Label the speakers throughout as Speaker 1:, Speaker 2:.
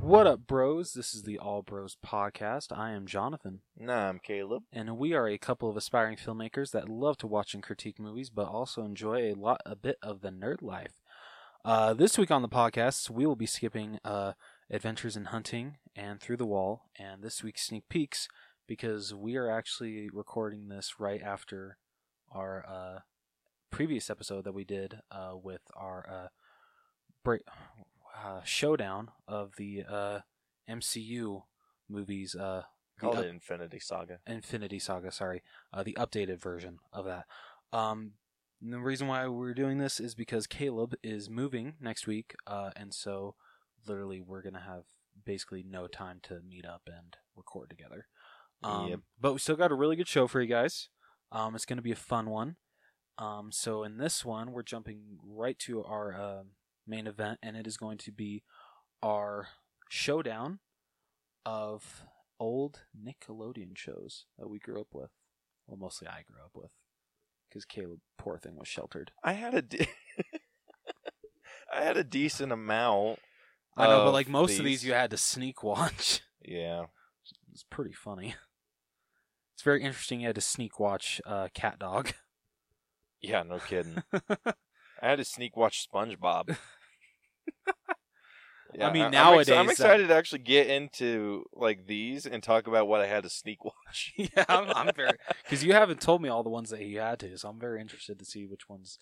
Speaker 1: What up, bros? This is the All Bros Podcast. I am Jonathan,
Speaker 2: Nah, I'm Caleb.
Speaker 1: and we are a couple of aspiring filmmakers that love to watch and critique movies, but also enjoy a lot, a bit of the nerd life. Uh, this week on the podcast, we will be skipping uh, Adventures in Hunting and Through the Wall, and this week's sneak peeks because we are actually recording this right after our uh, previous episode that we did uh, with our uh, break uh, showdown of the uh, MCU movies. Uh, the
Speaker 2: Called
Speaker 1: up-
Speaker 2: it Infinity Saga.
Speaker 1: Infinity Saga, sorry, uh, the updated version of that. Um, and the reason why we're doing this is because Caleb is moving next week, uh, and so literally we're gonna have basically no time to meet up and record together. Um,
Speaker 2: Yep.
Speaker 1: But we still got a really good show for you guys. Um, it's gonna be a fun one. Um, so in this one, we're jumping right to our uh, main event, and it is going to be our showdown of old Nickelodeon shows that we grew up with. Well, mostly I grew up with, because Caleb, poor thing, was sheltered.
Speaker 2: I had a, de- I had a decent amount.
Speaker 1: I know, but
Speaker 2: of
Speaker 1: like most of
Speaker 2: these.
Speaker 1: these, you had to sneak watch.
Speaker 2: Yeah,
Speaker 1: It's pretty funny. It's very interesting. You had to sneak watch uh, Cat Dog.
Speaker 2: yeah, no kidding. I had to sneak watch SpongeBob. Yeah,
Speaker 1: I mean,
Speaker 2: I'm ex-
Speaker 1: nowadays,
Speaker 2: I'm
Speaker 1: that-
Speaker 2: excited to actually get into like these and talk about what I had to sneak watch.
Speaker 1: yeah, I'm, I'm very because you haven't told me all the ones that you had to, so I'm very interested to see which ones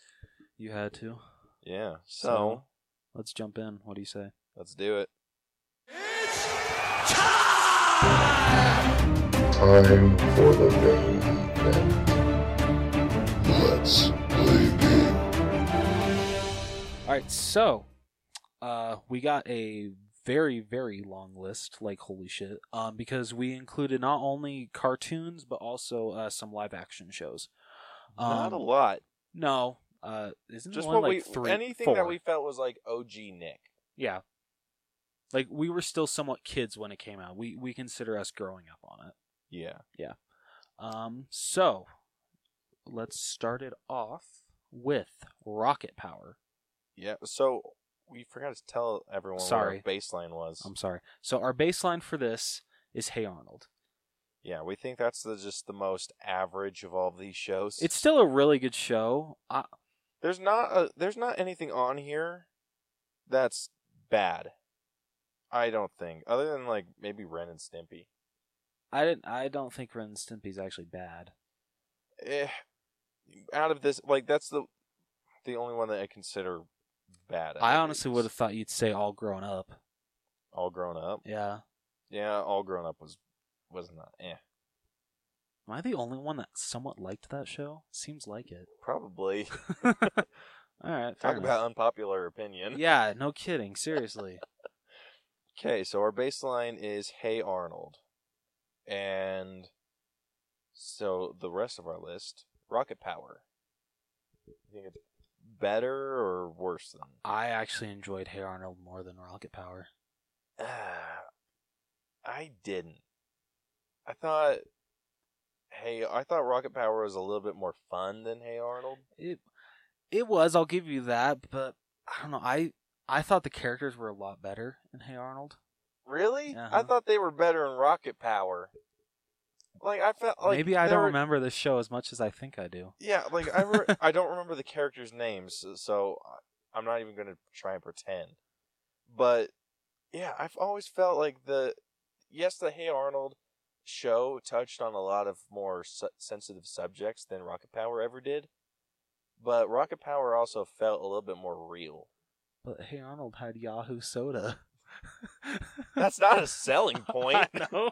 Speaker 1: you had to.
Speaker 2: Yeah, so,
Speaker 1: So- Let's jump in. What do you say?
Speaker 2: let's do it.
Speaker 3: Time for the main event. Let's play game.
Speaker 1: All right, so uh, we got a very very long list, like holy shit, um, because we included not only cartoons but also uh, some live action shows. Um,
Speaker 2: Not a lot.
Speaker 1: No, uh, isn't
Speaker 2: Just
Speaker 1: it only
Speaker 2: what
Speaker 1: like
Speaker 2: we
Speaker 1: three,
Speaker 2: anything
Speaker 1: four?
Speaker 2: that we felt was like OG Nick.
Speaker 1: yeah, like we were still somewhat kids when it came out. We we consider us growing up on it.
Speaker 2: Yeah.
Speaker 1: Um, so let's start it off with Rocket Power.
Speaker 2: Yeah. So we forgot to tell everyone
Speaker 1: Sorry.
Speaker 2: what our baseline was.
Speaker 1: I'm sorry. So our baseline for this is Hey Arnold.
Speaker 2: yeah, we think that's the, just the most average of all these shows.
Speaker 1: It's still a really good show. I,
Speaker 2: there's not a, there's not anything on here that's bad. I don't think, other than like maybe Ren and Stimpy.
Speaker 1: I didn't. I don't think Ren and Stimpy's actually bad.
Speaker 2: Eh, out of this, like that's the the only one that I consider bad. out
Speaker 1: I
Speaker 2: of
Speaker 1: honestly
Speaker 2: these.
Speaker 1: would have thought you'd say All Grown Up.
Speaker 2: all grown up.
Speaker 1: Yeah.
Speaker 2: Yeah, all grown up was was not. Eh,
Speaker 1: Am I the only one that somewhat liked that show? Seems like it.
Speaker 2: probably.
Speaker 1: All right. fair
Speaker 2: Talk
Speaker 1: enough.
Speaker 2: about unpopular opinion.
Speaker 1: Yeah. No kidding. Seriously.
Speaker 2: Okay, so our baseline is Hey Arnold. And so the rest of our list, Rocket Power. You think it's better or worse than?
Speaker 1: I actually enjoyed Hey Arnold more than Rocket Power.
Speaker 2: Ah, I didn't. I thought Hey, I thought Rocket Power was a little bit more fun than Hey Arnold.
Speaker 1: It. It was. I'll give you that. But I don't know. I. I thought the characters were a lot better in Hey Arnold.
Speaker 2: Really? I
Speaker 1: Uh-huh.
Speaker 2: thought they were better in Rocket Power. Like I felt like
Speaker 1: Maybe I
Speaker 2: there
Speaker 1: don't
Speaker 2: were-
Speaker 1: remember this show as much as I think I do.
Speaker 2: Yeah, like I re- I don't remember the characters' names, so uh, I'm not even gonna try and pretend. But yeah, I've always felt like the yes, the Hey Arnold show touched on a lot of more su- sensitive subjects than Rocket Power ever did. But Rocket Power also felt a little bit more real.
Speaker 1: But Hey Arnold had Yahoo Soda.
Speaker 2: That's not a selling point.
Speaker 1: I know.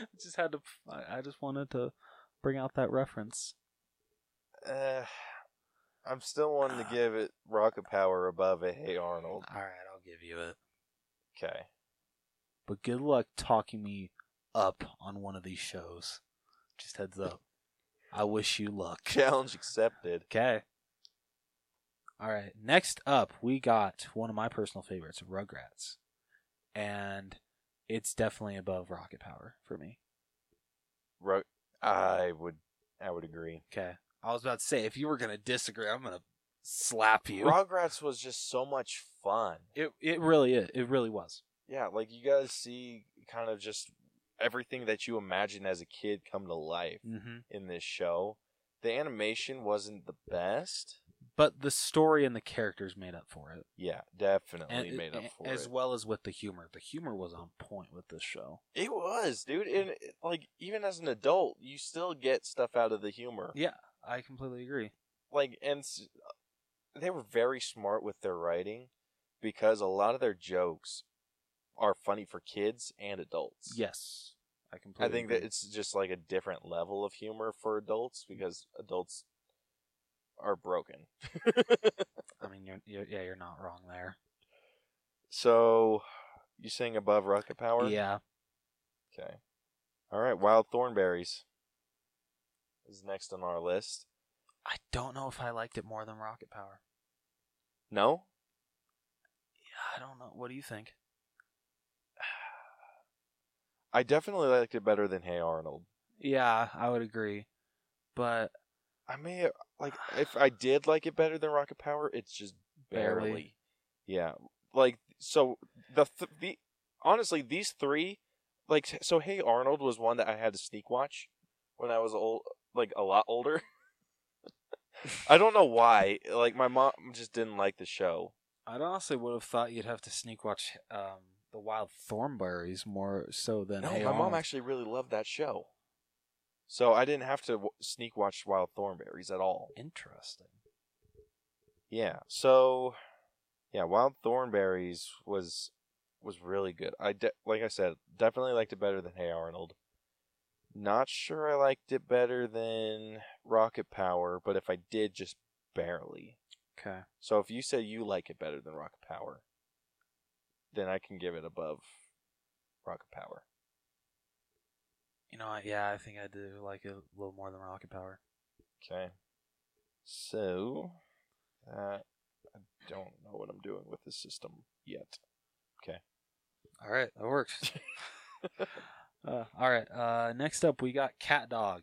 Speaker 1: I just had to. I I just wanted to bring out that reference.
Speaker 2: Uh, I'm still wanting to give it Rocket Power above a Hey Arnold.
Speaker 1: All right, I'll give you it.
Speaker 2: Okay.
Speaker 1: But good luck talking me up on one of these shows. Just heads up. I wish you luck.
Speaker 2: Challenge accepted.
Speaker 1: Okay. All right. Next up, we got one of my personal favorites, Rugrats, and it's definitely above Rocket Power for me.
Speaker 2: Ro- I would I would agree.
Speaker 1: Okay. I was about to say if you were gonna disagree, I'm gonna slap you.
Speaker 2: Rugrats was just so much fun.
Speaker 1: It it really is. It really was.
Speaker 2: yeah, like you guys see kind of just everything that you imagined as a kid come to life
Speaker 1: Mm-hmm.
Speaker 2: in this show. The animation wasn't the best.
Speaker 1: But the story and the characters made up for it,
Speaker 2: Yeah, definitely
Speaker 1: And-
Speaker 2: made up
Speaker 1: and-
Speaker 2: for
Speaker 1: as
Speaker 2: it.
Speaker 1: well as with the humor. The humor was on point with this show.
Speaker 2: It was, dude, and it- like even as an adult, you still get stuff out of the humor.
Speaker 1: Yeah, I completely agree.
Speaker 2: Like and s- they were very smart with their writing because a lot of their jokes are funny for kids and adults.
Speaker 1: Yes, I
Speaker 2: I
Speaker 1: completely.
Speaker 2: think
Speaker 1: agree.
Speaker 2: that it's just like a different level of humor for adults because adults are broken.
Speaker 1: I mean, you're, you're yeah, you're not wrong there.
Speaker 2: So you sing above rocket power?
Speaker 1: Yeah,
Speaker 2: Okay. All right, Wild Thornberries is next on our list.
Speaker 1: I don't know if I liked it more than Rocket Power.
Speaker 2: No?
Speaker 1: Yeah, I don't know. What do you think?
Speaker 2: I definitely liked it better than Hey Arnold.
Speaker 1: Yeah, I would agree, but
Speaker 2: I may have, like if I did like it better than Rocket Power, it's just barely.
Speaker 1: Barely.
Speaker 2: Yeah. Like so the th- the honestly these three like so Hey Arnold was one that I had to sneak watch when I was old like a lot older. I don't know why. Like my mom just didn't like the show.
Speaker 1: I'd honestly would have thought you'd have to sneak watch um, the Wild Thornberries more so than.
Speaker 2: No,
Speaker 1: Hey
Speaker 2: my mom
Speaker 1: Arnold.
Speaker 2: actually really loved that show. So I didn't have to w- sneak watch Wild Thornberries at all.
Speaker 1: Interesting.
Speaker 2: Yeah. So yeah, Wild Thornberries was was really good. I de- like I said, definitely liked it better than Hey Arnold. Not sure I liked it better than Rocket Power, but if I did just barely.
Speaker 1: Okay.
Speaker 2: So if you say you like it better than Rocket Power, then I can give it above Rocket Power.
Speaker 1: You know, what? yeah, I think I do like it a little more than Rocket Power.
Speaker 2: Okay. So, uh, I don't know what I'm doing with this system yet.
Speaker 1: All right, that works. uh, all right, uh, next up we got Cat Dog,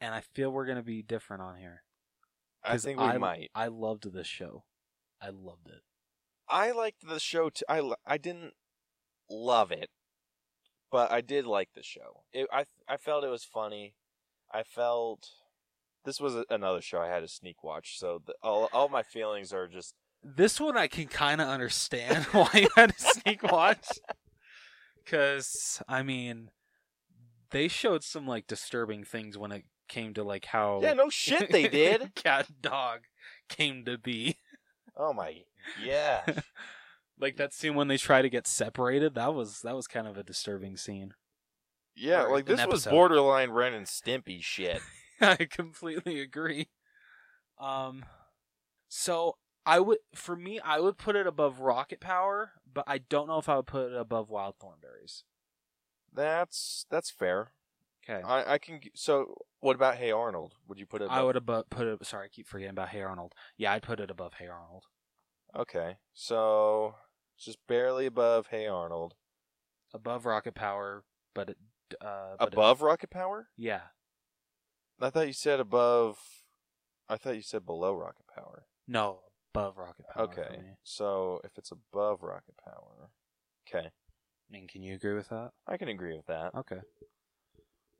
Speaker 1: and I feel we're gonna be different on here.
Speaker 2: I
Speaker 1: 'Cause
Speaker 2: think we
Speaker 1: I,
Speaker 2: might.
Speaker 1: I loved this show. I loved it.
Speaker 2: I liked the show. T- I li- I didn't love it, but I did like the show. It, I I felt it was funny. I felt this was a, another show I had to sneak watch, so the, all all my feelings are just
Speaker 1: This one I can kind of understand why you had to sneak watch, because I mean, they showed some like disturbing things when it came to like how
Speaker 2: yeah, no shit they did.
Speaker 1: Cat Dog came to be.
Speaker 2: oh my yeah.
Speaker 1: like that scene when they try to get separated that was that was kind of a disturbing scene
Speaker 2: Yeah,
Speaker 1: Or
Speaker 2: like
Speaker 1: an
Speaker 2: this was
Speaker 1: episode.
Speaker 2: borderline Ren and Stimpy shit.
Speaker 1: i completely agree um so i would for me i would put it above rocket power but i don't know if i would put it above wild thornberries
Speaker 2: That's that's fair.
Speaker 1: okay
Speaker 2: I, I can. g- So, what about Hey Arnold? Would you put it?
Speaker 1: i
Speaker 2: above-
Speaker 1: would have put it sorry i keep forgetting about hey arnold yeah i'd put it above hey arnold
Speaker 2: Okay, so just barely above Hey Arnold,
Speaker 1: above rocket power but it uh but it-
Speaker 2: above Rocket Power.
Speaker 1: yeah
Speaker 2: I thought you said above. I thought you said below Rocket Power.
Speaker 1: no above rocket power for
Speaker 2: Okay,
Speaker 1: me.
Speaker 2: so if it's above Rocket Power, okay,
Speaker 1: i mean can you agree with that
Speaker 2: I can agree with that.
Speaker 1: okay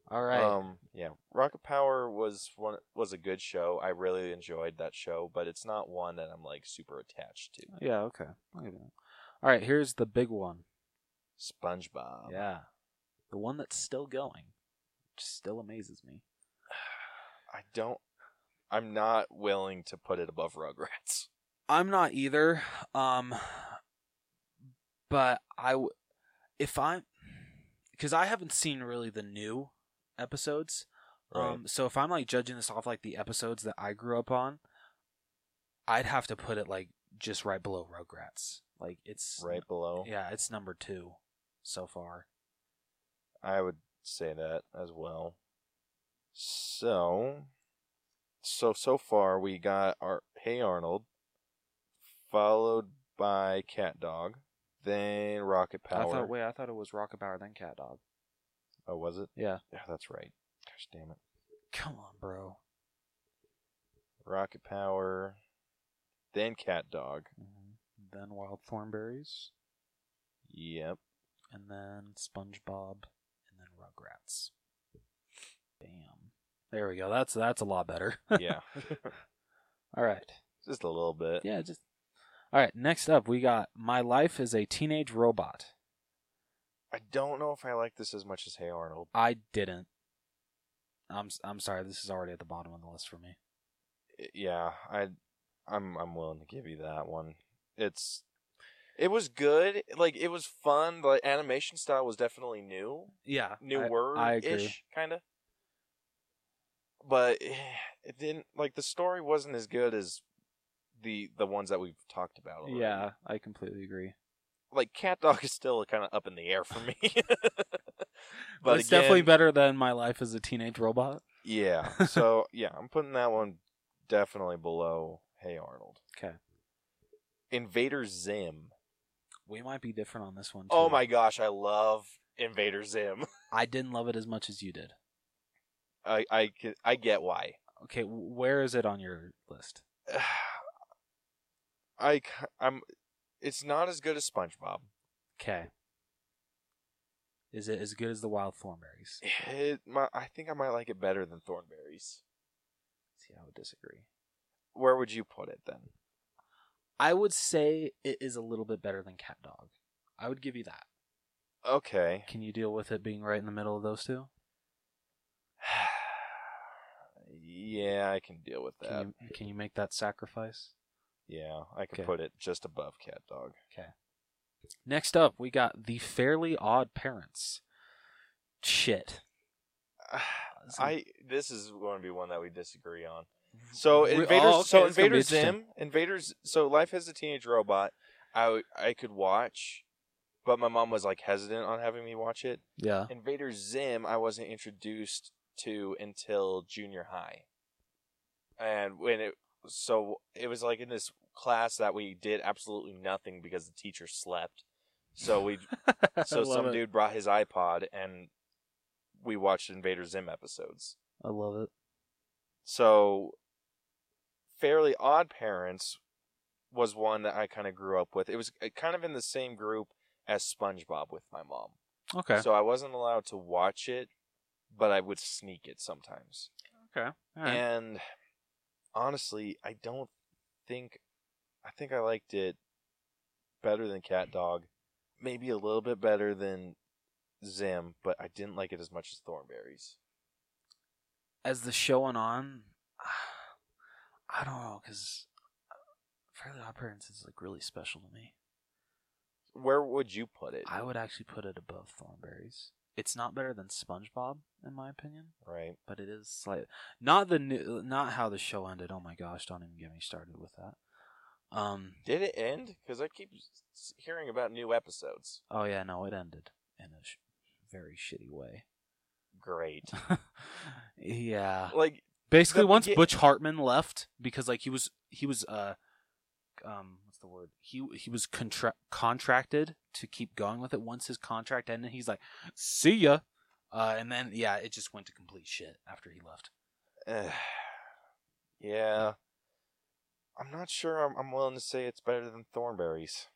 Speaker 1: all right
Speaker 2: Um, yeah, Rocket Power was one was a good show. I really enjoyed that show, but it's not one that I'm like super attached to.
Speaker 1: Yeah, okay. I'll give you that. All right, here's the big one.
Speaker 2: SpongeBob.
Speaker 1: yeah. The one that's still going. Which still amazes me.
Speaker 2: I don't. I'm not willing to put it above Rugrats.
Speaker 1: I'm not either. Um but I w- if I'm cuz I haven't seen really the new episodes. Um so if I'm like judging this off like the episodes that I grew up on, I'd have to put it like just right below Rugrats. Like it's
Speaker 2: right below.
Speaker 1: Yeah, it's number 2 so far.
Speaker 2: I would say that as well. So, so so far we got our Hey Arnold, followed by Cat Dog, then Rocket Power.
Speaker 1: I thought wait, I thought it was Rockabauer then Cat Dog.
Speaker 2: oh, was it?
Speaker 1: Yeah.
Speaker 2: Yeah, that's right. Gosh damn it!
Speaker 1: Come on, bro.
Speaker 2: Rocket Power, then Cat Dog,
Speaker 1: Then wild Mm-hmm. thornberries.
Speaker 2: Yep.
Speaker 1: and then SpongeBob, and then Rugrats. Bam. There we go. That's that's a lot better.
Speaker 2: Yeah.
Speaker 1: All right.
Speaker 2: Just a little bit.
Speaker 1: Yeah, just All right, next up we got My Life is a Teenage Robot.
Speaker 2: I don't know if I like this as much as Hey Arnold.
Speaker 1: I didn't I'm s- I'm sorry. This is already at the bottom of the list for me.
Speaker 2: I- Yeah, I I'm I'm willing to give you that one. It's it was good. Like it was fun. The animation style was definitely new.
Speaker 1: Yeah.
Speaker 2: New
Speaker 1: I-
Speaker 2: word
Speaker 1: I agree.
Speaker 2: ish kind of. But it didn't like the story wasn't as good as the the ones that we've talked about. already.
Speaker 1: Yeah, I completely agree.
Speaker 2: like Cat Dog is still kind of up in the air for me.
Speaker 1: But it's definitely
Speaker 2: again,
Speaker 1: better than My Life as a Teenage Robot.
Speaker 2: Yeah. So yeah, I'm putting that one definitely below Hey Arnold.
Speaker 1: 'Kay.
Speaker 2: Invader Zim.
Speaker 1: We might be different on this one. Too.
Speaker 2: Oh my gosh, I love Invader Zim.
Speaker 1: I didn't love it as much as you did.
Speaker 2: I I can- I get why.
Speaker 1: Okay, w- where is it on your list?
Speaker 2: I c- I'm. It's not as good as SpongeBob.
Speaker 1: Okay. Is it as good as the Wild Thornberries?
Speaker 2: It, my, I think I might like it better than Thornberries.
Speaker 1: See, I would disagree.
Speaker 2: Where would you put it then?
Speaker 1: I would say it is a little bit better than Cat Dog. I would give you that.
Speaker 2: Okay.
Speaker 1: Can you deal with it being right in the middle of those two?
Speaker 2: yeah, I can deal with that.
Speaker 1: Can you, can you make that sacrifice?
Speaker 2: Yeah, I
Speaker 1: Okay.
Speaker 2: can put it just above Cat Dog.
Speaker 1: Next up, we got The Fairly Odd Parents. Shit.
Speaker 2: I this is going to be one that we disagree on. So
Speaker 1: Re-
Speaker 2: invaders,
Speaker 1: oh, okay,
Speaker 2: so
Speaker 1: this is gonna be
Speaker 2: invaders
Speaker 1: interesting.
Speaker 2: Zim, invaders. So life as a teenage robot, I w- I could watch, but my mom was like hesitant on having me watch it.
Speaker 1: Yeah.
Speaker 2: Invader Zim, I wasn't introduced to until junior high, and when it so it was like in this class that we did absolutely nothing because the teacher slept. So we
Speaker 1: I
Speaker 2: so
Speaker 1: love
Speaker 2: some
Speaker 1: it.
Speaker 2: dude brought his iPod and we watched Invader Zim episodes.
Speaker 1: I love it.
Speaker 2: So Fairly Odd Parents was one that I kind of grew up with. It was uh, kind of in the same group as SpongeBob with my mom.
Speaker 1: Okay.
Speaker 2: So I wasn't allowed to watch it, but I would sneak it sometimes.
Speaker 1: okay. All right.
Speaker 2: And honestly, I don't think I think I liked it better than Cat Dog, maybe a little bit better than Zim, but I didn't like it as much as Thornberries.
Speaker 1: as the show went on, I don't know because Fairly Odd Parents is like really special to me.
Speaker 2: Where would you put it?
Speaker 1: I would actually put it above Thornberries. It's not better than SpongeBob in my opinion,
Speaker 2: Right.
Speaker 1: but it is slight. Not the new, not how the show ended. Oh my gosh! Don't even get me started with that. Um.
Speaker 2: Did it end? Because I keep s- hearing about new episodes.
Speaker 1: Oh yeah, no, it ended in a sh- very shitty way.
Speaker 2: Great.
Speaker 1: yeah.
Speaker 2: Like
Speaker 1: basically
Speaker 2: The-
Speaker 1: once
Speaker 2: yeah.
Speaker 1: Butch Hartman left because like he was he was uh um what's the word he he was contra- contracted to keep going with it once his contract ended he's like see ya uh, and then yeah it just went to complete shit after he left
Speaker 2: Eh, yeah. I'm not sure I'm, I'm willing to say it's better than Thornberries.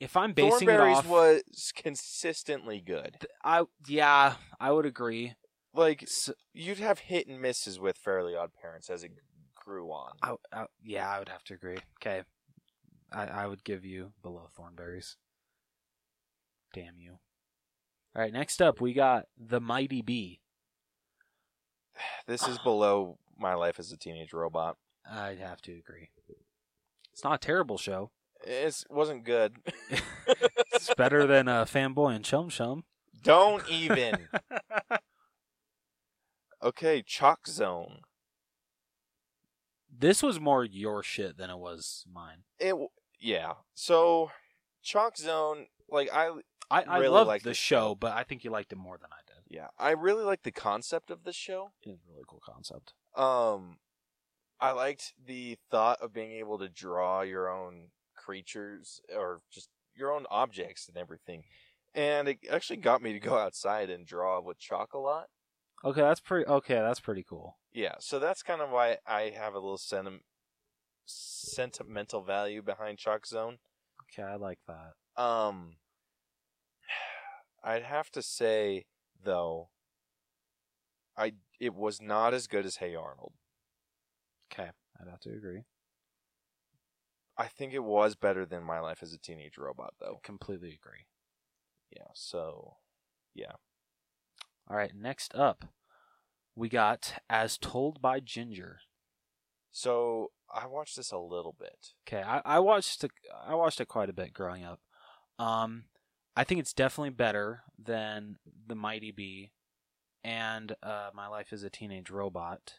Speaker 1: if I'm basing it
Speaker 2: Thornberries
Speaker 1: off
Speaker 2: was consistently good.
Speaker 1: I yeah I would agree
Speaker 2: Like
Speaker 1: S
Speaker 2: you'd have hit and misses with Fairly Odd Parents as it grew on.
Speaker 1: I, I- yeah I would have to agree okay I I would give you below Thornberries damn you all right next up we got the Mighty Bee
Speaker 2: This is below my life as a teenage robot.
Speaker 1: I'd have to agree. It's not a terrible show.
Speaker 2: It wasn't good.
Speaker 1: It's better than uh, Fanboy and Chum Chum.
Speaker 2: Don't even. okay, Chalk Zone.
Speaker 1: This was more your shit than it was mine.
Speaker 2: It w- yeah. So Chalk Zone, like I
Speaker 1: I, I
Speaker 2: Really
Speaker 1: loved
Speaker 2: liked
Speaker 1: the
Speaker 2: this
Speaker 1: show,
Speaker 2: show.
Speaker 1: but I think you liked it more than I did.
Speaker 2: yeah, I really like the concept of this show.
Speaker 1: It was a really cool concept.
Speaker 2: Um, I liked the thought of being able to draw your own creatures or just your own objects and everything. And it actually got me to go outside and draw with chalk a lot.
Speaker 1: Okay, that's pretty. Okay, that's pretty cool.
Speaker 2: Yeah, so that's kind of why I have a little sentim- sentimental value behind Chalk Zone.
Speaker 1: Okay, I like that.
Speaker 2: Um, I'd have to say though, I it was not as good as Hey Arnold.
Speaker 1: Okay, I'd have to agree.
Speaker 2: I think it was better than My Life as a Teenage Robot
Speaker 1: I
Speaker 2: though.
Speaker 1: completely agree.
Speaker 2: Yeah, so
Speaker 1: All right, next up, we got As Told by Ginger.
Speaker 2: so I watched this a little bit.
Speaker 1: Okay, I, I watched it, I watched it quite a bit growing up. Um, I think it's definitely better than The Mighty Bee and uh, My Life as a Teenage Robot.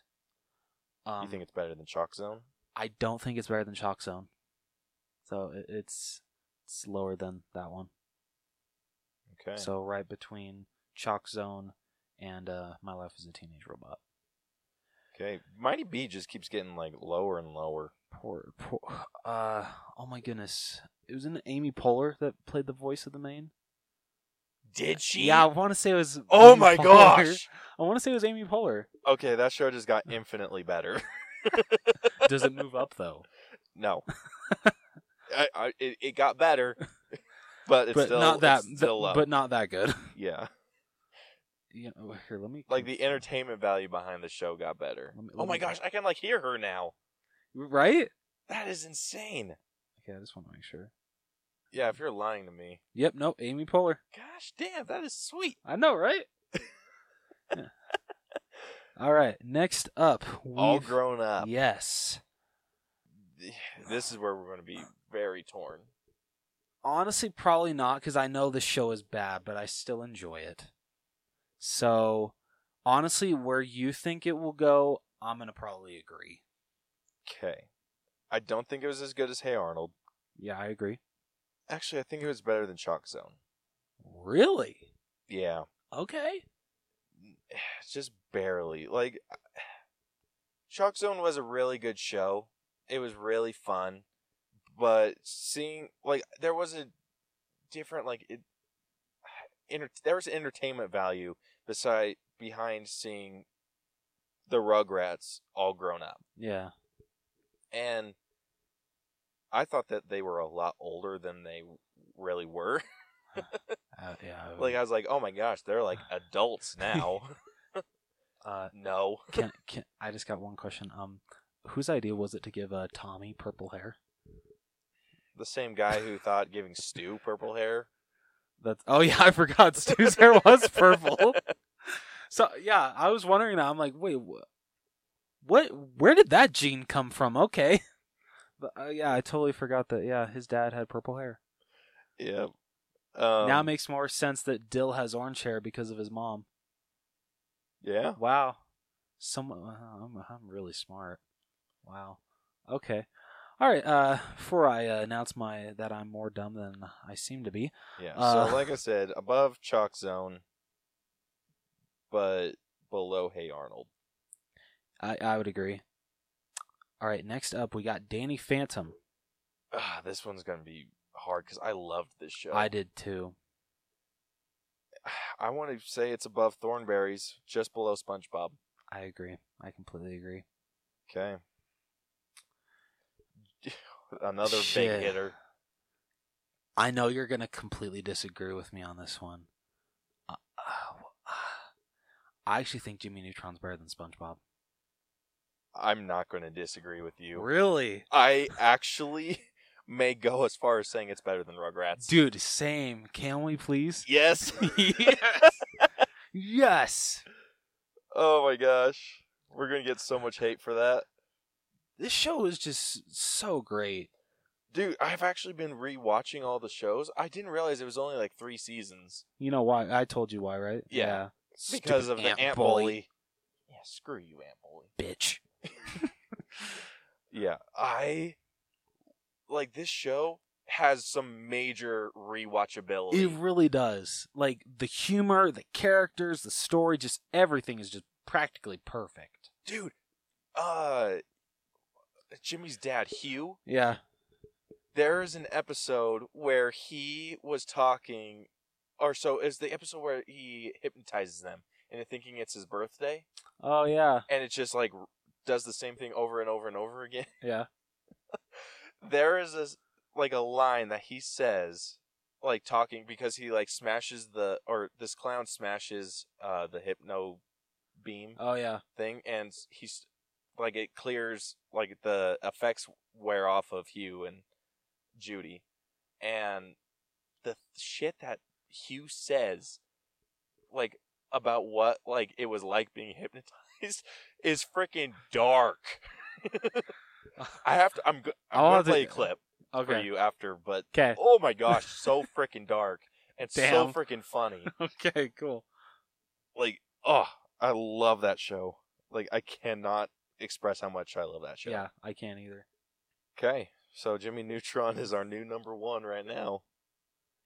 Speaker 1: Um,
Speaker 2: you think it's better than Chalk Zone?
Speaker 1: I don't think it's better than Chalk Zone, so it, it's it's lower than that one.
Speaker 2: Okay.
Speaker 1: So right between Chalk Zone and uh, My Life as a Teenage Robot.
Speaker 2: okay. Mighty B just keeps getting like lower and lower.
Speaker 1: Poor, poor. Uh, oh my goodness! It was in Amy Poehler that played the voice of the main.
Speaker 2: Did
Speaker 1: Yeah, I want to say it was.
Speaker 2: Oh
Speaker 1: Amy
Speaker 2: my
Speaker 1: Poehler.
Speaker 2: gosh.
Speaker 1: I want to say it was Amy Poehler.
Speaker 2: Okay, that show just got infinitely better.
Speaker 1: Does it move up though?
Speaker 2: No. I, I it, it got better, but it's
Speaker 1: but
Speaker 2: still
Speaker 1: not that.
Speaker 2: it's still uh,
Speaker 1: th-
Speaker 2: low.
Speaker 1: But not that good.
Speaker 2: yeah,
Speaker 1: You know, here, let me.
Speaker 2: like the entertainment value behind the show got better.
Speaker 1: Let me-
Speaker 2: oh
Speaker 1: let
Speaker 2: my
Speaker 1: me-
Speaker 2: gosh, I can like hear her now.
Speaker 1: Right?
Speaker 2: That is insane.
Speaker 1: Okay, I just want to make sure.
Speaker 2: Yeah, if you're lying to me,
Speaker 1: Yep. Nope. Amy Poehler.
Speaker 2: gosh damn, that is sweet.
Speaker 1: I know, right? Yeah. All right. Next up, we
Speaker 2: All grown up.
Speaker 1: Yes.
Speaker 2: This is where we're going to be very torn.
Speaker 1: Honestly, probably not because I know the show is bad, but I still enjoy it. So, honestly, where you think it will go, I'm gonna probably agree.
Speaker 2: Okay, I don't think it was as good as Hey Arnold.
Speaker 1: Yeah, I agree.
Speaker 2: Actually, I think it was better than Chalk Zone.
Speaker 1: Really?
Speaker 2: Yeah,
Speaker 1: Okay.
Speaker 2: just barely. Like Shock Zone was a really good show. It was really fun, but seeing like there was a different like it enter, there was entertainment value beside behind seeing the Rugrats all grown up.
Speaker 1: Yeah.
Speaker 2: And I thought that they were a lot older than they really were.
Speaker 1: Uh, yeah. I
Speaker 2: like I was like, "Oh my gosh, they're like adults now."
Speaker 1: uh,
Speaker 2: no.
Speaker 1: can, can I just got one question? Um, whose idea was it to give uh, Tommy purple hair?
Speaker 2: The same guy who thought giving Stu purple hair.
Speaker 1: That's oh yeah, I forgot Stu's hair was purple. So yeah, I was wondering. that. I'm like, wait, wh- what? Where did that gene come from? Okay, but uh, yeah, I totally forgot that. Yeah, his dad had purple hair.
Speaker 2: Yeah. Um,
Speaker 1: now it makes more sense that Dill has orange hair because of his mom.
Speaker 2: yeah.
Speaker 1: Wow, some uh, I'm I'm really smart. Wow. Okay. All right. Uh, before I uh, announce my that I'm more dumb than I seem to be.
Speaker 2: Yeah.
Speaker 1: Uh,
Speaker 2: so like I said, above chalk zone, but below Hey Arnold.
Speaker 1: I, I would agree. All right, next up we got Danny Phantom.
Speaker 2: Ah, this one's gonna be hard because I loved this show.
Speaker 1: I did too.
Speaker 2: I want to say it's above Thornberry's, just below SpongeBob.
Speaker 1: I agree. I completely agree.
Speaker 2: Okay. Another
Speaker 1: Shit.
Speaker 2: big hitter.
Speaker 1: I know you're gonna completely disagree with me on this one. Uh, uh, I actually think Jimmy Neutron's better than SpongeBob.
Speaker 2: I'm not going to disagree with you.
Speaker 1: Really,
Speaker 2: I actually may go as far as saying it's better than Rugrats.
Speaker 1: dude? Same. Can we please?
Speaker 2: Yes.
Speaker 1: yes. yes.
Speaker 2: Oh my gosh. We're going to get so much hate for that.
Speaker 1: This show is just so great.
Speaker 2: Dude, I've actually been rewatching all the shows. I didn't realize it was only like 3 seasons
Speaker 1: You know why? I told you why, right?
Speaker 2: Yeah. because of the Ant, Bully. Yeah, screw you, Ant Bully.
Speaker 1: bitch.
Speaker 2: Yeah, I like this show has some major rewatchability.
Speaker 1: It really does. Like the humor, the characters, the story, just everything is just practically perfect.
Speaker 2: Dude, uh Jimmy's dad, Hugh,
Speaker 1: Yeah.
Speaker 2: there is an episode where he was talking or so is the episode where he hypnotizes them into thinking it's his birthday
Speaker 1: Oh yeah.
Speaker 2: and it just like does the same thing over and over and over again
Speaker 1: Yeah.
Speaker 2: there is this like a line that he says like talking because he like smashes the or this clown smashes uh the hypno beam
Speaker 1: Oh yeah.
Speaker 2: thing and s- he's like it clears like the effects wear off of Hugh and Judy and the shit that Hugh says like about what like it was like being hypnotized is freaking dark. I have to I'm go- I'm
Speaker 1: I'll have
Speaker 2: going to
Speaker 1: to-
Speaker 2: play a clip for
Speaker 1: Okay.
Speaker 2: you after but
Speaker 1: Okay.
Speaker 2: oh my gosh, so freaking dark and so
Speaker 1: Damn.
Speaker 2: freaking funny.
Speaker 1: Okay. Cool.
Speaker 2: Like oh, I love that show. Like I cannot express how much I love that show.
Speaker 1: Yeah, I can't either.
Speaker 2: Okay, so Jimmy Neutron is our new number one right now.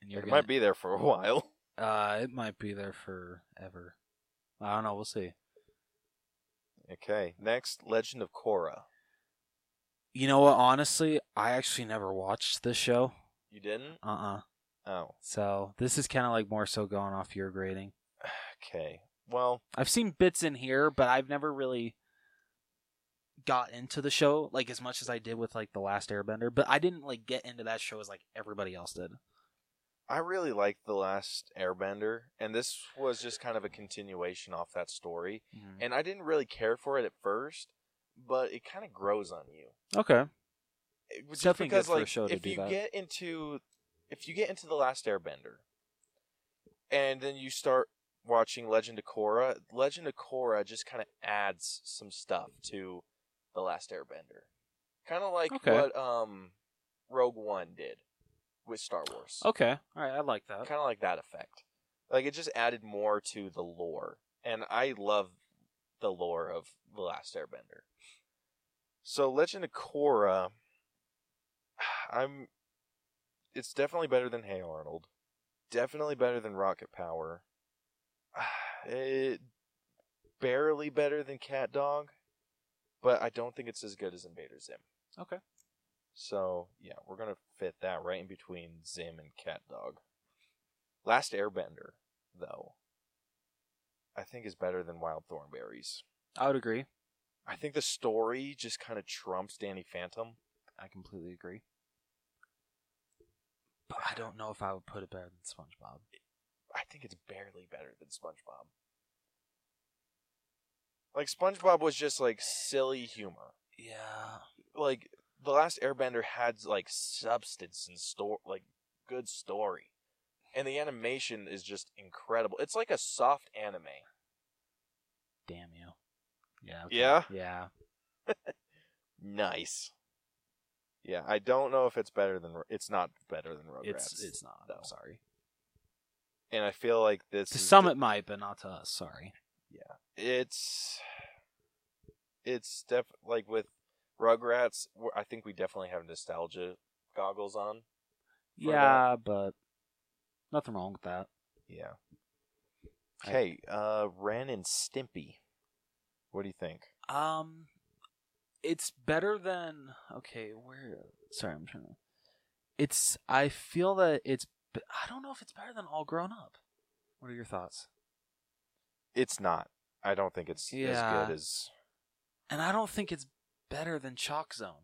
Speaker 1: And you're
Speaker 2: it
Speaker 1: gonna-
Speaker 2: might be there for a while.
Speaker 1: Uh, it might be there forever. I don't know. We'll see.
Speaker 2: Okay, next Legend of Korra.
Speaker 1: You know what? Honestly, I actually never watched this show.
Speaker 2: You didn't?
Speaker 1: Uh uh
Speaker 2: Oh,
Speaker 1: So this is kind of like more so going off your grading.
Speaker 2: okay. Well,
Speaker 1: I've seen bits in here, but I've never really got into the show like as much as I did with like the last Airbender. But I didn't like get into that show as like everybody else did.
Speaker 2: I really liked the last Airbender, and this was just kind of a continuation off that story.
Speaker 1: Mm-hmm. Mm.
Speaker 2: And I didn't really care for it at first, but it kind of grows on you.
Speaker 1: Okay.
Speaker 2: It-
Speaker 1: It's
Speaker 2: just
Speaker 1: definitely good
Speaker 2: because
Speaker 1: for a
Speaker 2: like
Speaker 1: show to
Speaker 2: if
Speaker 1: do
Speaker 2: you
Speaker 1: that.
Speaker 2: get into if you get into the last airbender and then you start watching legend of korra legend of korra just kind of adds some stuff to the last airbender kind of like
Speaker 1: Okay.
Speaker 2: what um rogue one did with star wars
Speaker 1: Okay. All right. I like that.
Speaker 2: kind of like that effect like it just added more to the lore and i love the lore of the last airbender so legend of korra i'm it's definitely better than hey arnold definitely better than rocket power it barely better than cat dog but i don't think it's as good as invader zim
Speaker 1: Okay.
Speaker 2: so yeah, we're gonna fit that right in between Zim and Cat Dog. Last Airbender, though, I think is better than Wild Thornberries.
Speaker 1: I would agree.
Speaker 2: I think the story just kind of trumps Danny Phantom.
Speaker 1: I completely agree. But I don't know if I would put it better than SpongeBob.
Speaker 2: I think it's barely better than SpongeBob. Like SpongeBob was just like silly humor.
Speaker 1: Yeah.
Speaker 2: Like the Last Airbender had like substance and store, like good story, and the animation is just incredible. It's like a soft anime.
Speaker 1: Damn you. Yeah.
Speaker 2: Yeah?
Speaker 1: Yeah.
Speaker 2: Nice. Yeah, I don't know if it's better than it's not better than Rugrats.
Speaker 1: It's it's not.
Speaker 2: though.
Speaker 1: I'm sorry.
Speaker 2: and I feel like this
Speaker 1: To
Speaker 2: is
Speaker 1: some e-,
Speaker 2: the-
Speaker 1: it might, but not to us. Sorry.
Speaker 2: it's it's def like with Rugrats. we're- I think we definitely have nostalgia goggles on. For
Speaker 1: Yeah, but nothing wrong with that.
Speaker 2: Yeah.
Speaker 1: I-
Speaker 2: Okay, uh, Ren and Stimpy. What do you think?
Speaker 1: Um, it's better than okay. Where? Sorry, I'm trying to. It's. I feel that it's. b- I don't know if it's better than All Grown Up. What are your thoughts?
Speaker 2: It's not. I don't think it's
Speaker 1: Yeah.
Speaker 2: as good as
Speaker 1: And I don't think it's better than Chalk Zone,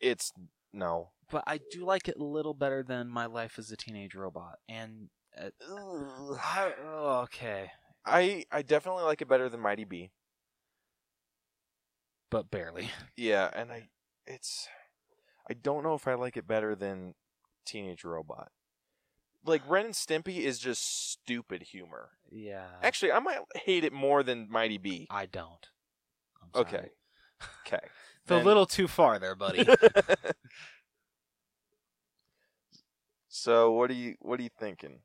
Speaker 2: it's no.
Speaker 1: but I do like it a little better than My Life as a Teenage Robot. And uh, I- oh, okay,
Speaker 2: I I definitely like it better than Mighty Bee.
Speaker 1: but barely.
Speaker 2: Yeah, and I it's I don't know if I like it better than Teenage Robot. Like Ren and Stimpy is just stupid humor.
Speaker 1: Yeah.
Speaker 2: Actually, I might hate it more than Mighty Bee.
Speaker 1: I don't. I'm sorry.
Speaker 2: Okay. Okay.
Speaker 1: It's a little too far there, buddy.
Speaker 2: so what are you what are you thinking?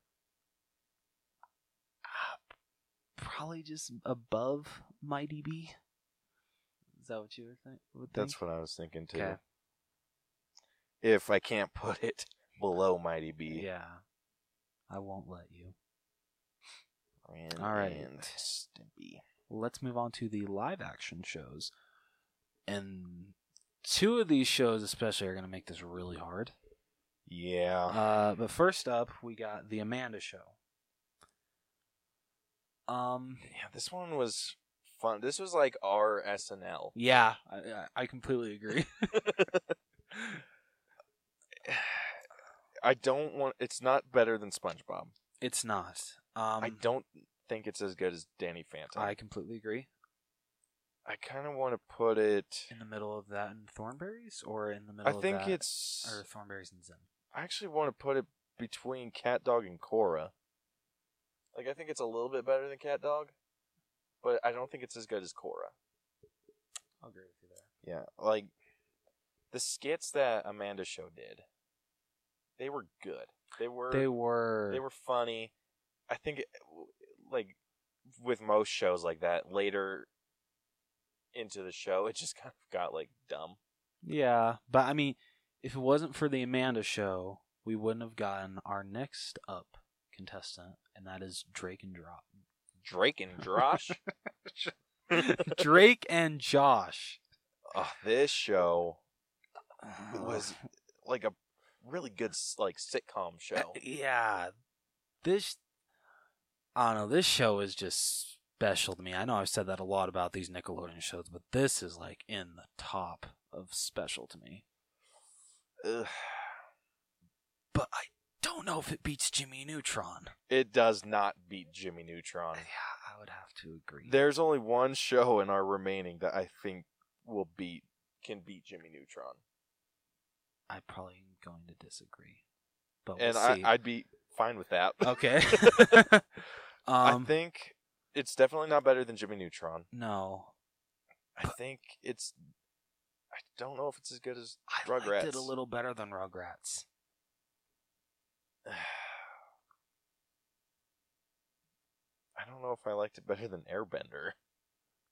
Speaker 1: Probably just above Mighty B. Is that what you were think- would think?
Speaker 2: That's what I was thinking too.
Speaker 1: Okay.
Speaker 2: If I can't put it below Mighty Bee.
Speaker 1: Yeah. I won't let you.
Speaker 2: Ren
Speaker 1: All right.
Speaker 2: and Stimpy.
Speaker 1: Let's move on to the live action shows. And two of these shows, especially, are going to make this really hard.
Speaker 2: Yeah.
Speaker 1: Uh, but first up, we got The Amanda Show. Um,
Speaker 2: Yeah, this one was fun. This was like our SNL.
Speaker 1: yeah, I- I, I completely agree.
Speaker 2: I don't want. It's not better than SpongeBob.
Speaker 1: It's not. Um,
Speaker 2: I don't think it's as good as Danny Phantom.
Speaker 1: I completely agree.
Speaker 2: I kind of want to put it.
Speaker 1: In the middle of that and Thornberries, or in the middle.
Speaker 2: I
Speaker 1: of
Speaker 2: think
Speaker 1: that
Speaker 2: it's.
Speaker 1: or Thornberries and Zen.
Speaker 2: I actually want to put it between Cat Dog and Cora. Like I think it's a little bit better than Cat Dog, but I don't think it's as good as Cora.
Speaker 1: I'll agree with you there.
Speaker 2: Yeah, like the skits that Amanda Show did, they were good. They were
Speaker 1: They
Speaker 2: they,
Speaker 1: were.
Speaker 2: were funny. I think like with most shows like that, later into the show, it just kind of got like dumb.
Speaker 1: Yeah, but I mean, if it wasn't for the Amanda show, we wouldn't have gotten our next up contestant, and that is Drake and Drop.
Speaker 2: Drake and Josh.
Speaker 1: Drake and Josh.
Speaker 2: Ugh, this show was like a really good like sitcom show.
Speaker 1: Yeah, this. I don't know. This show is just special to me. I know I've said that a lot about these Nickelodeon shows, but this is like in the top of special to me.
Speaker 2: Ugh.
Speaker 1: But I don't know if it beats Jimmy Neutron.
Speaker 2: It does not beat Jimmy Neutron.
Speaker 1: Yeah, I would have to agree.
Speaker 2: There's only one show in our remaining that I think will beat can beat Jimmy Neutron,
Speaker 1: I'm probably am going to disagree, but
Speaker 2: and
Speaker 1: we'll
Speaker 2: I,
Speaker 1: see.
Speaker 2: I'd be fine with that.
Speaker 1: okay. um,
Speaker 2: I think it's definitely not better than Jimmy Neutron.
Speaker 1: no,
Speaker 2: I think it's. I don't know if it's as good as.
Speaker 1: I
Speaker 2: Rugrats.
Speaker 1: liked it a little better than Rugrats.
Speaker 2: I don't know if I liked it better than Airbender.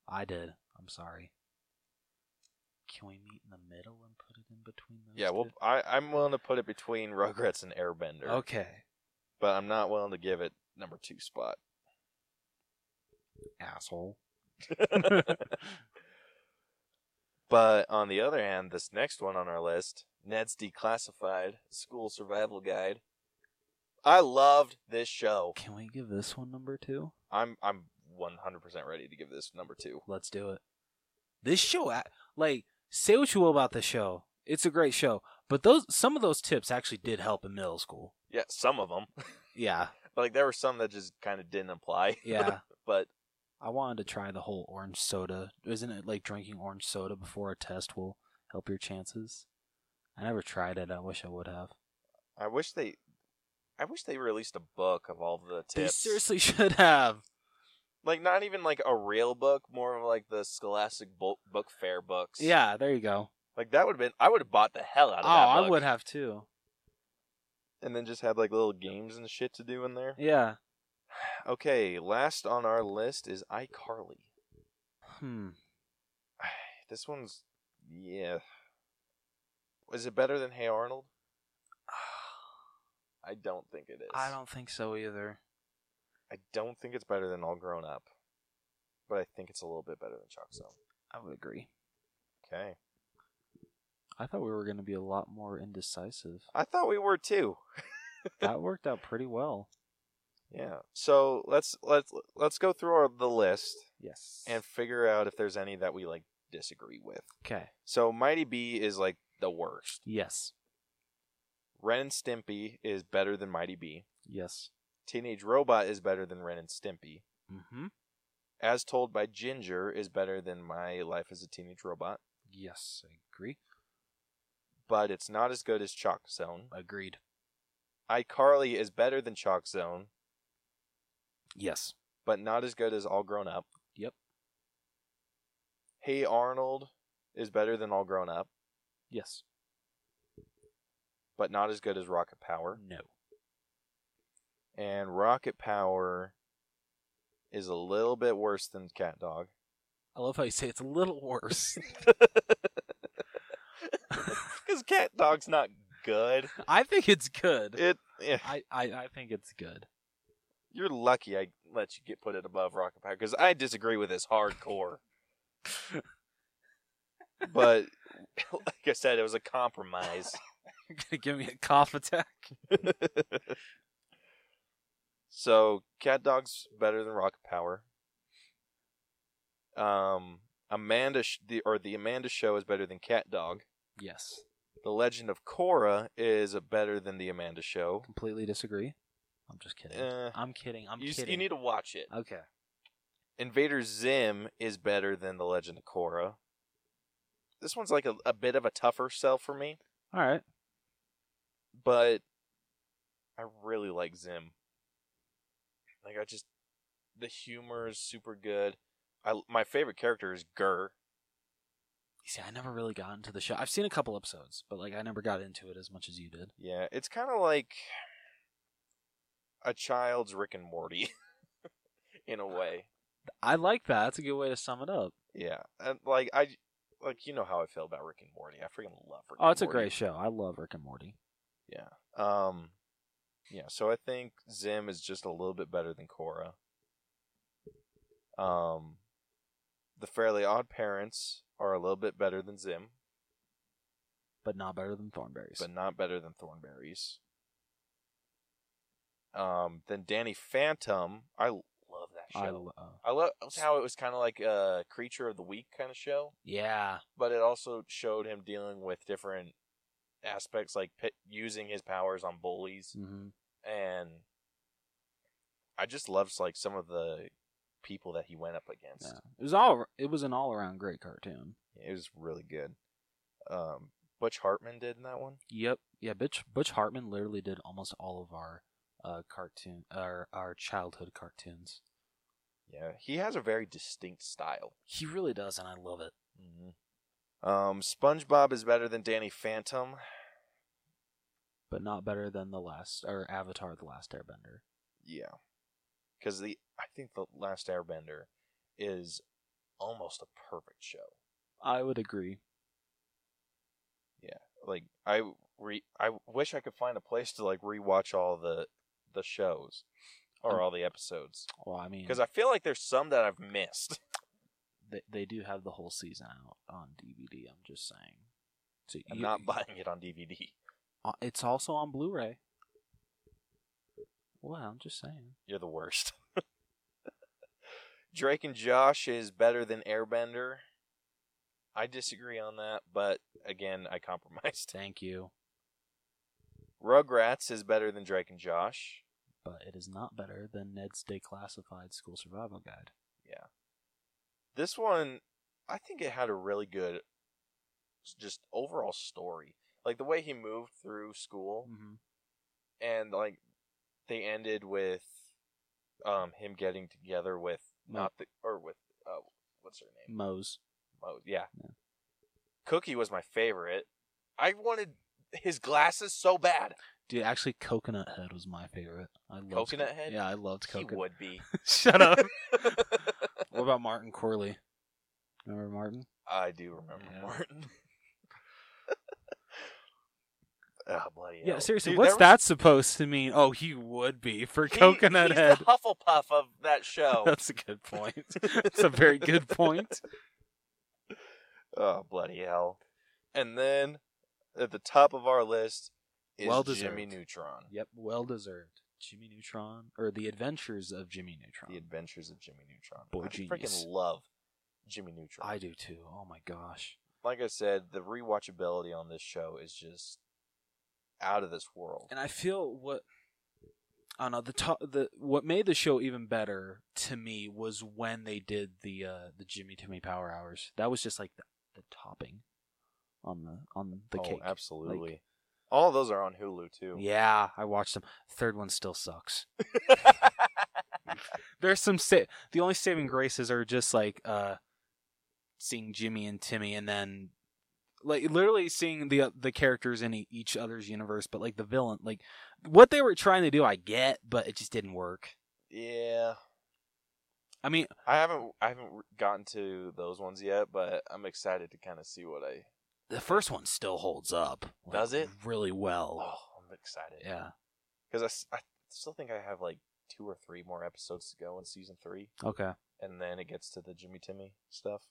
Speaker 1: I did. I'm sorry. Can we meet in the middle and put it in between those?
Speaker 2: Yeah, well,
Speaker 1: two?
Speaker 2: I, I'm willing to put it between Rugrats and Airbender,
Speaker 1: Okay.
Speaker 2: but I'm not willing to give it number two spot.
Speaker 1: Asshole.
Speaker 2: but on the other hand, this next one on our list, Ned's Declassified School Survival Guide. I loved this show.
Speaker 1: Can we give this one number two?
Speaker 2: I'm I'm 100% ready to give this number 2.
Speaker 1: Let's do it. This show, a- like, say what you will about this show, it's a great show. But those, some of those tips actually did help in middle school.
Speaker 2: Yeah, some of them.
Speaker 1: Yeah,
Speaker 2: Like there were some that just kind of didn't apply.
Speaker 1: yeah.
Speaker 2: but
Speaker 1: I wanted to try the whole orange soda. Isn't it like drinking orange soda before a test will help your chances? I never tried it. I wish I would have.
Speaker 2: I wish they I wish they released a book of all the
Speaker 1: They
Speaker 2: tips.
Speaker 1: seriously should have.
Speaker 2: Like not even like a real book, more of like the Scholastic Bo- Book Fair books.
Speaker 1: Yeah, there you go.
Speaker 2: Like that would have been I would have bought the hell out
Speaker 1: Oh,
Speaker 2: of that book.
Speaker 1: I would have too.
Speaker 2: and then just had like little games and shit to do in there.
Speaker 1: Yeah.
Speaker 2: Okay, last on our list is iCarly.
Speaker 1: Hmm.
Speaker 2: This one's yeah. Is it better than Hey Arnold? I don't think it is.
Speaker 1: I don't think so either.
Speaker 2: I don't think it's better than All Grown Up, but I think it's a little bit better than Chalk Zone.
Speaker 1: I would agree.
Speaker 2: Okay,
Speaker 1: I thought we were going to be a lot more indecisive.
Speaker 2: I thought we were too.
Speaker 1: that worked out pretty well.
Speaker 2: Yeah. So let's let's let's go through our, the list
Speaker 1: Yes.
Speaker 2: and figure out if there's any that we like disagree with.
Speaker 1: okay.
Speaker 2: So Mighty B is like the worst.
Speaker 1: Yes.
Speaker 2: Ren and Stimpy is better than Mighty B.
Speaker 1: Yes.
Speaker 2: Teenage Robot is better than Ren and Stimpy.
Speaker 1: Mm-hmm.
Speaker 2: As Told by Ginger is better than My Life as a Teenage Robot,
Speaker 1: Yes, I agree.
Speaker 2: but it's not as good as Chalk Zone.
Speaker 1: Agreed.
Speaker 2: iCarly is better than Chalk Zone,
Speaker 1: Yes.
Speaker 2: but not as good as All Grown Up.
Speaker 1: Yep.
Speaker 2: Hey Arnold is better than All Grown Up,
Speaker 1: Yes.
Speaker 2: but not as good as Rocket Power.
Speaker 1: No.
Speaker 2: And Rocket Power is a little bit worse than Cat Dog.
Speaker 1: I love how you say it's a little worse.
Speaker 2: Because Cat Dog's not good.
Speaker 1: I think it's good.
Speaker 2: It. eh.
Speaker 1: I, I, I think it's good.
Speaker 2: You're lucky I let you get put it above Rocket Power because I disagree with this hardcore. but like I said, it was a compromise.
Speaker 1: You're gonna give me a cough attack.
Speaker 2: so Cat Dog's better than Rocket Power. Um, Amanda sh- the or the Amanda Show is better than Cat Dog,
Speaker 1: Yes.
Speaker 2: The Legend of Korra is better than the Amanda Show.
Speaker 1: Completely disagree. I'm just kidding.
Speaker 2: Eh.
Speaker 1: I'm kidding. I'm
Speaker 2: you, s-
Speaker 1: kidding. Uh,
Speaker 2: you need to watch it.
Speaker 1: Okay.
Speaker 2: Invader Zim is better than The Legend of Korra. This one's like a, a bit of a tougher sell for me,
Speaker 1: All right.
Speaker 2: but I really like Zim. Like I just the humor is super good. I my favorite character is Gurr.
Speaker 1: You see, I never really got into the show. I've seen a couple episodes, but like I never got into it as much as you did.
Speaker 2: Yeah, it's kind of like a child's Rick and Morty in a way.
Speaker 1: I like that. That's a good way to sum it up.
Speaker 2: Yeah, and like I like you know how I feel about Rick and Morty. I freaking love Rick.
Speaker 1: Oh,
Speaker 2: and
Speaker 1: it's a
Speaker 2: Morty.
Speaker 1: great show. I love Rick and Morty.
Speaker 2: Yeah. Um yeah, so I think Zim is just a little bit better than Cora. Um The Fairly Odd Parents are a little bit better than Zim,
Speaker 1: But not better than Thornberry's.
Speaker 2: but not better than Thornberry's. Um then Danny Phantom, I love that
Speaker 1: I
Speaker 2: show.
Speaker 1: lo- uh,
Speaker 2: I love how it was kind of like a creature of the week kind of show,
Speaker 1: yeah.
Speaker 2: but it also showed him dealing with different aspects like pit- using his powers on bullies.
Speaker 1: hmm
Speaker 2: and I just loved like some of the people that he went up against.
Speaker 1: yeah. It was all. It was an all around great cartoon.
Speaker 2: It was really good. Um, Butch Hartman did in that one.
Speaker 1: Yep. Yeah. Butch Butch Hartman literally did almost all of our uh, cartoon, our our childhood cartoons.
Speaker 2: Yeah, he has a very distinct style.
Speaker 1: He really does, and I love it.
Speaker 2: Mm-hmm. Um, SpongeBob is better than Danny Phantom.
Speaker 1: But not better than the last or Avatar: The Last Airbender.
Speaker 2: Yeah, because the I think the Last Airbender is almost a perfect show.
Speaker 1: I would agree.
Speaker 2: Like I re I wish I could find a place to like rewatch all the the shows or all the episodes.
Speaker 1: Well, I mean,
Speaker 2: because I feel like there's some that I've missed.
Speaker 1: they, they do have the whole season out on DVD. I'm just saying. So
Speaker 2: I'm
Speaker 1: you-
Speaker 2: not buying it on DVD.
Speaker 1: Uh, It's also on Blu-ray. Well, I'm just saying.
Speaker 2: You're the worst. Drake and Josh is better than Airbender. I disagree on that, but again, I compromised.
Speaker 1: Thank you,
Speaker 2: Rugrats is better than Drake and Josh.
Speaker 1: but it is not better than Ned's Declassified School Survival Guide.
Speaker 2: Yeah. This one, I think it had a really good, just overall story. Like the way he moved through school.
Speaker 1: Mm-hmm.
Speaker 2: and like they ended with um him getting together with
Speaker 1: Mo.
Speaker 2: not the or with uh what's her name
Speaker 1: Moe's.
Speaker 2: Mo yeah.
Speaker 1: Mm. Yeah.
Speaker 2: Cookie was my favorite. I wanted his glasses so bad.
Speaker 1: Dude, actually, Coconut Head was my favorite. I loved
Speaker 2: Coconut Head?
Speaker 1: Yeah, I loved
Speaker 2: He
Speaker 1: Coconut.
Speaker 2: would be.
Speaker 1: Shut up. what about Martin Corley? Remember Martin?
Speaker 2: I do remember
Speaker 1: Yeah.
Speaker 2: Martin. Ah, bloody
Speaker 1: Yeah,
Speaker 2: hell.
Speaker 1: seriously,
Speaker 2: Dude,
Speaker 1: what's
Speaker 2: there
Speaker 1: that supposed to mean? Oh, he oh. would be for
Speaker 2: was- he-
Speaker 1: Coconut
Speaker 2: he's
Speaker 1: Head.
Speaker 2: The Hufflepuff of that show.
Speaker 1: That's a good point. That's a very good point.
Speaker 2: Oh, bloody hell. And then at the top of our list is
Speaker 1: Well
Speaker 2: Jimmy
Speaker 1: deserved.
Speaker 2: Neutron.
Speaker 1: Yep, well deserved. Jimmy Neutron, or The Adventures of Jimmy Neutron.
Speaker 2: The Adventures of Jimmy Neutron.
Speaker 1: Boy
Speaker 2: I
Speaker 1: genius.
Speaker 2: freaking love Jimmy Neutron.
Speaker 1: I do too. Oh my gosh.
Speaker 2: like I said, the rewatchability on this show is just out of this world.
Speaker 1: And I feel what I don't know the top, the what made the show even better to me was when they did the uh, the Jimmy Timmy Power Hours. That was just like the, the topping on the on the
Speaker 2: oh,
Speaker 1: cake.
Speaker 2: absolutely.
Speaker 1: Like-
Speaker 2: All those are on Hulu too.
Speaker 1: Yeah, I watched them. Third one still sucks. There's some sa- the only saving graces are just like uh seeing Jimmy and Timmy and then like literally seeing the uh, the characters in e- each other's universe but like the villain like what they were trying to do I get but it just didn't work.
Speaker 2: yeah.
Speaker 1: I mean,
Speaker 2: I haven't I haven't gotten to those ones yet, but I'm excited to kind of see what I
Speaker 1: the first one still holds up. like,
Speaker 2: Does it?
Speaker 1: Really well.
Speaker 2: Oh, I'm excited.
Speaker 1: Yeah.
Speaker 2: Cuz I, s- I still think I have like two or three more episodes to go in season 3.
Speaker 1: Okay.
Speaker 2: and then it gets to the Jimmy Timmy stuff.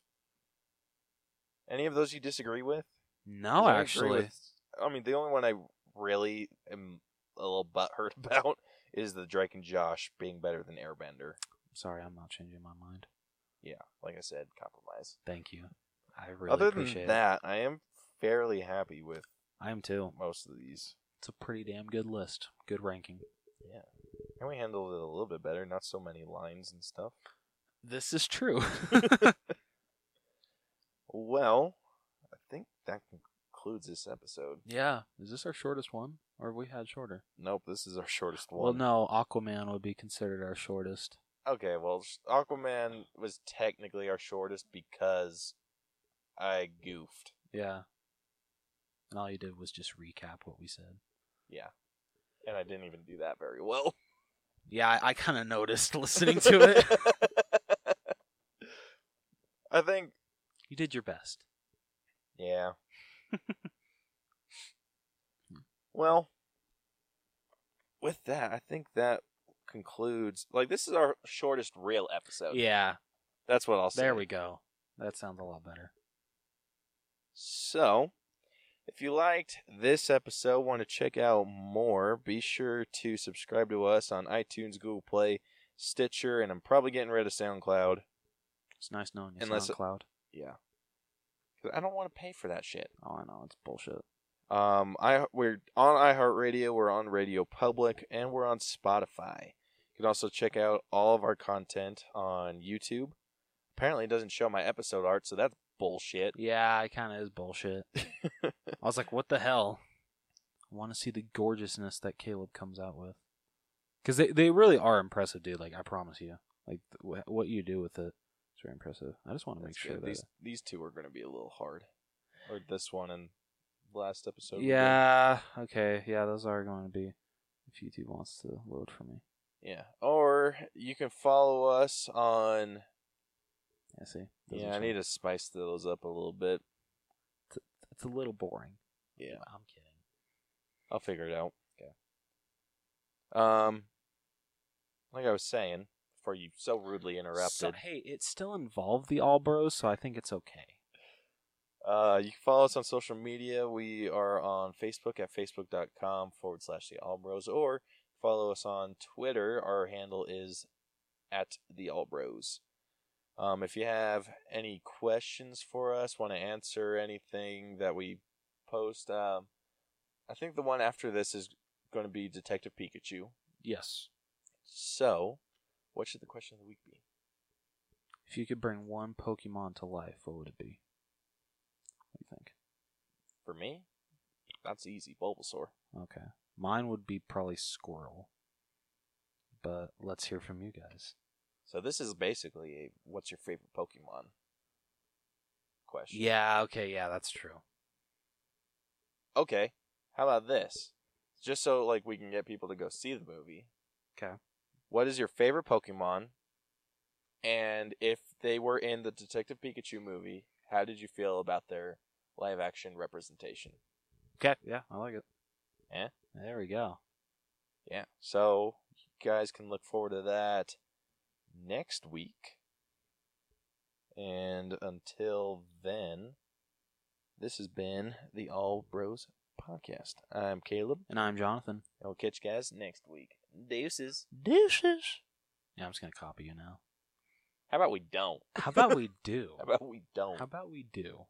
Speaker 2: Any of those you disagree with?
Speaker 1: No,
Speaker 2: 'Cause I agree
Speaker 1: Oh, actually.
Speaker 2: with- I mean, the only one I really am a little butthurt about is the Drake and Josh being better than Airbender.
Speaker 1: Sorry, I'm not changing my mind.
Speaker 2: Yeah, like I said, compromise.
Speaker 1: Thank you. I really
Speaker 2: Other
Speaker 1: appreciate
Speaker 2: than
Speaker 1: it.
Speaker 2: that, I am fairly happy with
Speaker 1: I am too.
Speaker 2: most of these.
Speaker 1: It's a pretty damn good list. Good ranking.
Speaker 2: And we handled it a little bit better, not so many lines and stuff.
Speaker 1: This is true.
Speaker 2: Well, I think that concludes this episode.
Speaker 1: yeah. Is this our shortest one? Or have we had shorter?
Speaker 2: Nope, this is our shortest
Speaker 1: Well,
Speaker 2: one.
Speaker 1: no. Aquaman would be considered our shortest.
Speaker 2: Okay, well, sh- Aquaman was technically our shortest because I goofed.
Speaker 1: Yeah. And all you did was just recap what we said.
Speaker 2: Yeah. And I didn't even do that very well.
Speaker 1: Yeah, I, I kind of noticed listening to it.
Speaker 2: I think,
Speaker 1: you did your best.
Speaker 2: yeah. well, with that, I think that concludes. Like, this is our shortest real episode.
Speaker 1: Yeah.
Speaker 2: That's what I'll say.
Speaker 1: There we go. That sounds a lot better.
Speaker 2: So, if you liked this episode, want to check out more, be sure to subscribe to us on iTunes, Google Play, Stitcher, and I'm probably getting rid of SoundCloud.
Speaker 1: It's nice knowing you.
Speaker 2: Unless-
Speaker 1: SoundCloud.
Speaker 2: Yeah. 'Cause I don't want to pay for that shit.
Speaker 1: Oh, I know it's bullshit.
Speaker 2: Um, I we're on iHeartRadio, we're on Radio Public, and we're on Spotify. You can also check out all of our content on YouTube. Apparently, it doesn't show my episode art, so that's bullshit.
Speaker 1: Yeah, it kind of is bullshit. I was like, what the hell? I want to see the gorgeousness that Caleb comes out with. Because they, they really are impressive, dude. Like, I promise you. Like, th- wh- what you do with it, it's very impressive. I just want to make
Speaker 2: That's
Speaker 1: sure
Speaker 2: good.
Speaker 1: that.
Speaker 2: these these two are going to be a little hard, or this one and last episode. we
Speaker 1: yeah, okay. Yeah, those are going to be. If YouTube wants to load for me.
Speaker 2: did. yeah. Or you can follow us on.
Speaker 1: I see. Doesn't
Speaker 2: Yeah, I
Speaker 1: show.
Speaker 2: need to spice those up a little bit.
Speaker 1: It's a little boring.
Speaker 2: Yeah,
Speaker 1: I'm kidding.
Speaker 2: I'll figure it out. Okay. Um, like I was saying before you so rudely interrupted.
Speaker 1: So, hey, it still involved the All Bros, so I think it's okay.
Speaker 2: Uh, you can follow us on social media. We are on Facebook at facebook.com forward slash the Albros, or follow us on Twitter. Our handle is at the Albros. Um, if you have any questions for us, want to answer anything that we post, um, I think the one after this is going to be Detective Pikachu.
Speaker 1: Yes.
Speaker 2: So, what should the question of the week be?
Speaker 1: If you could bring one Pokemon to life, what would it be? What do you think?
Speaker 2: For me, that's easy Bulbasaur.
Speaker 1: Okay. Mine would be probably Squirrel. But let's hear from you guys.
Speaker 2: So this is basically a what's your favorite Pokemon question.
Speaker 1: Yeah, okay, yeah, that's true.
Speaker 2: Okay. How about this? Just so like we can get people to go see the movie.
Speaker 1: 'Kay.
Speaker 2: What is your favorite Pokemon? And if they were in the Detective Pikachu movie, how did you feel about their live action representation?
Speaker 1: Okay, yeah, I like it.
Speaker 2: Yeah.
Speaker 1: There we go.
Speaker 2: Yeah. So you guys can look forward to that next week. And until then, this has been the All Bros Podcast. I'm Caleb,
Speaker 1: And I'm Jonathan.
Speaker 2: and we'll catch you guys next week. Deuces.
Speaker 1: Deuces. Yeah, I'm just going to copy you now.
Speaker 2: How about we don't?
Speaker 1: How about we do?
Speaker 2: How about we don't?
Speaker 1: How about we do?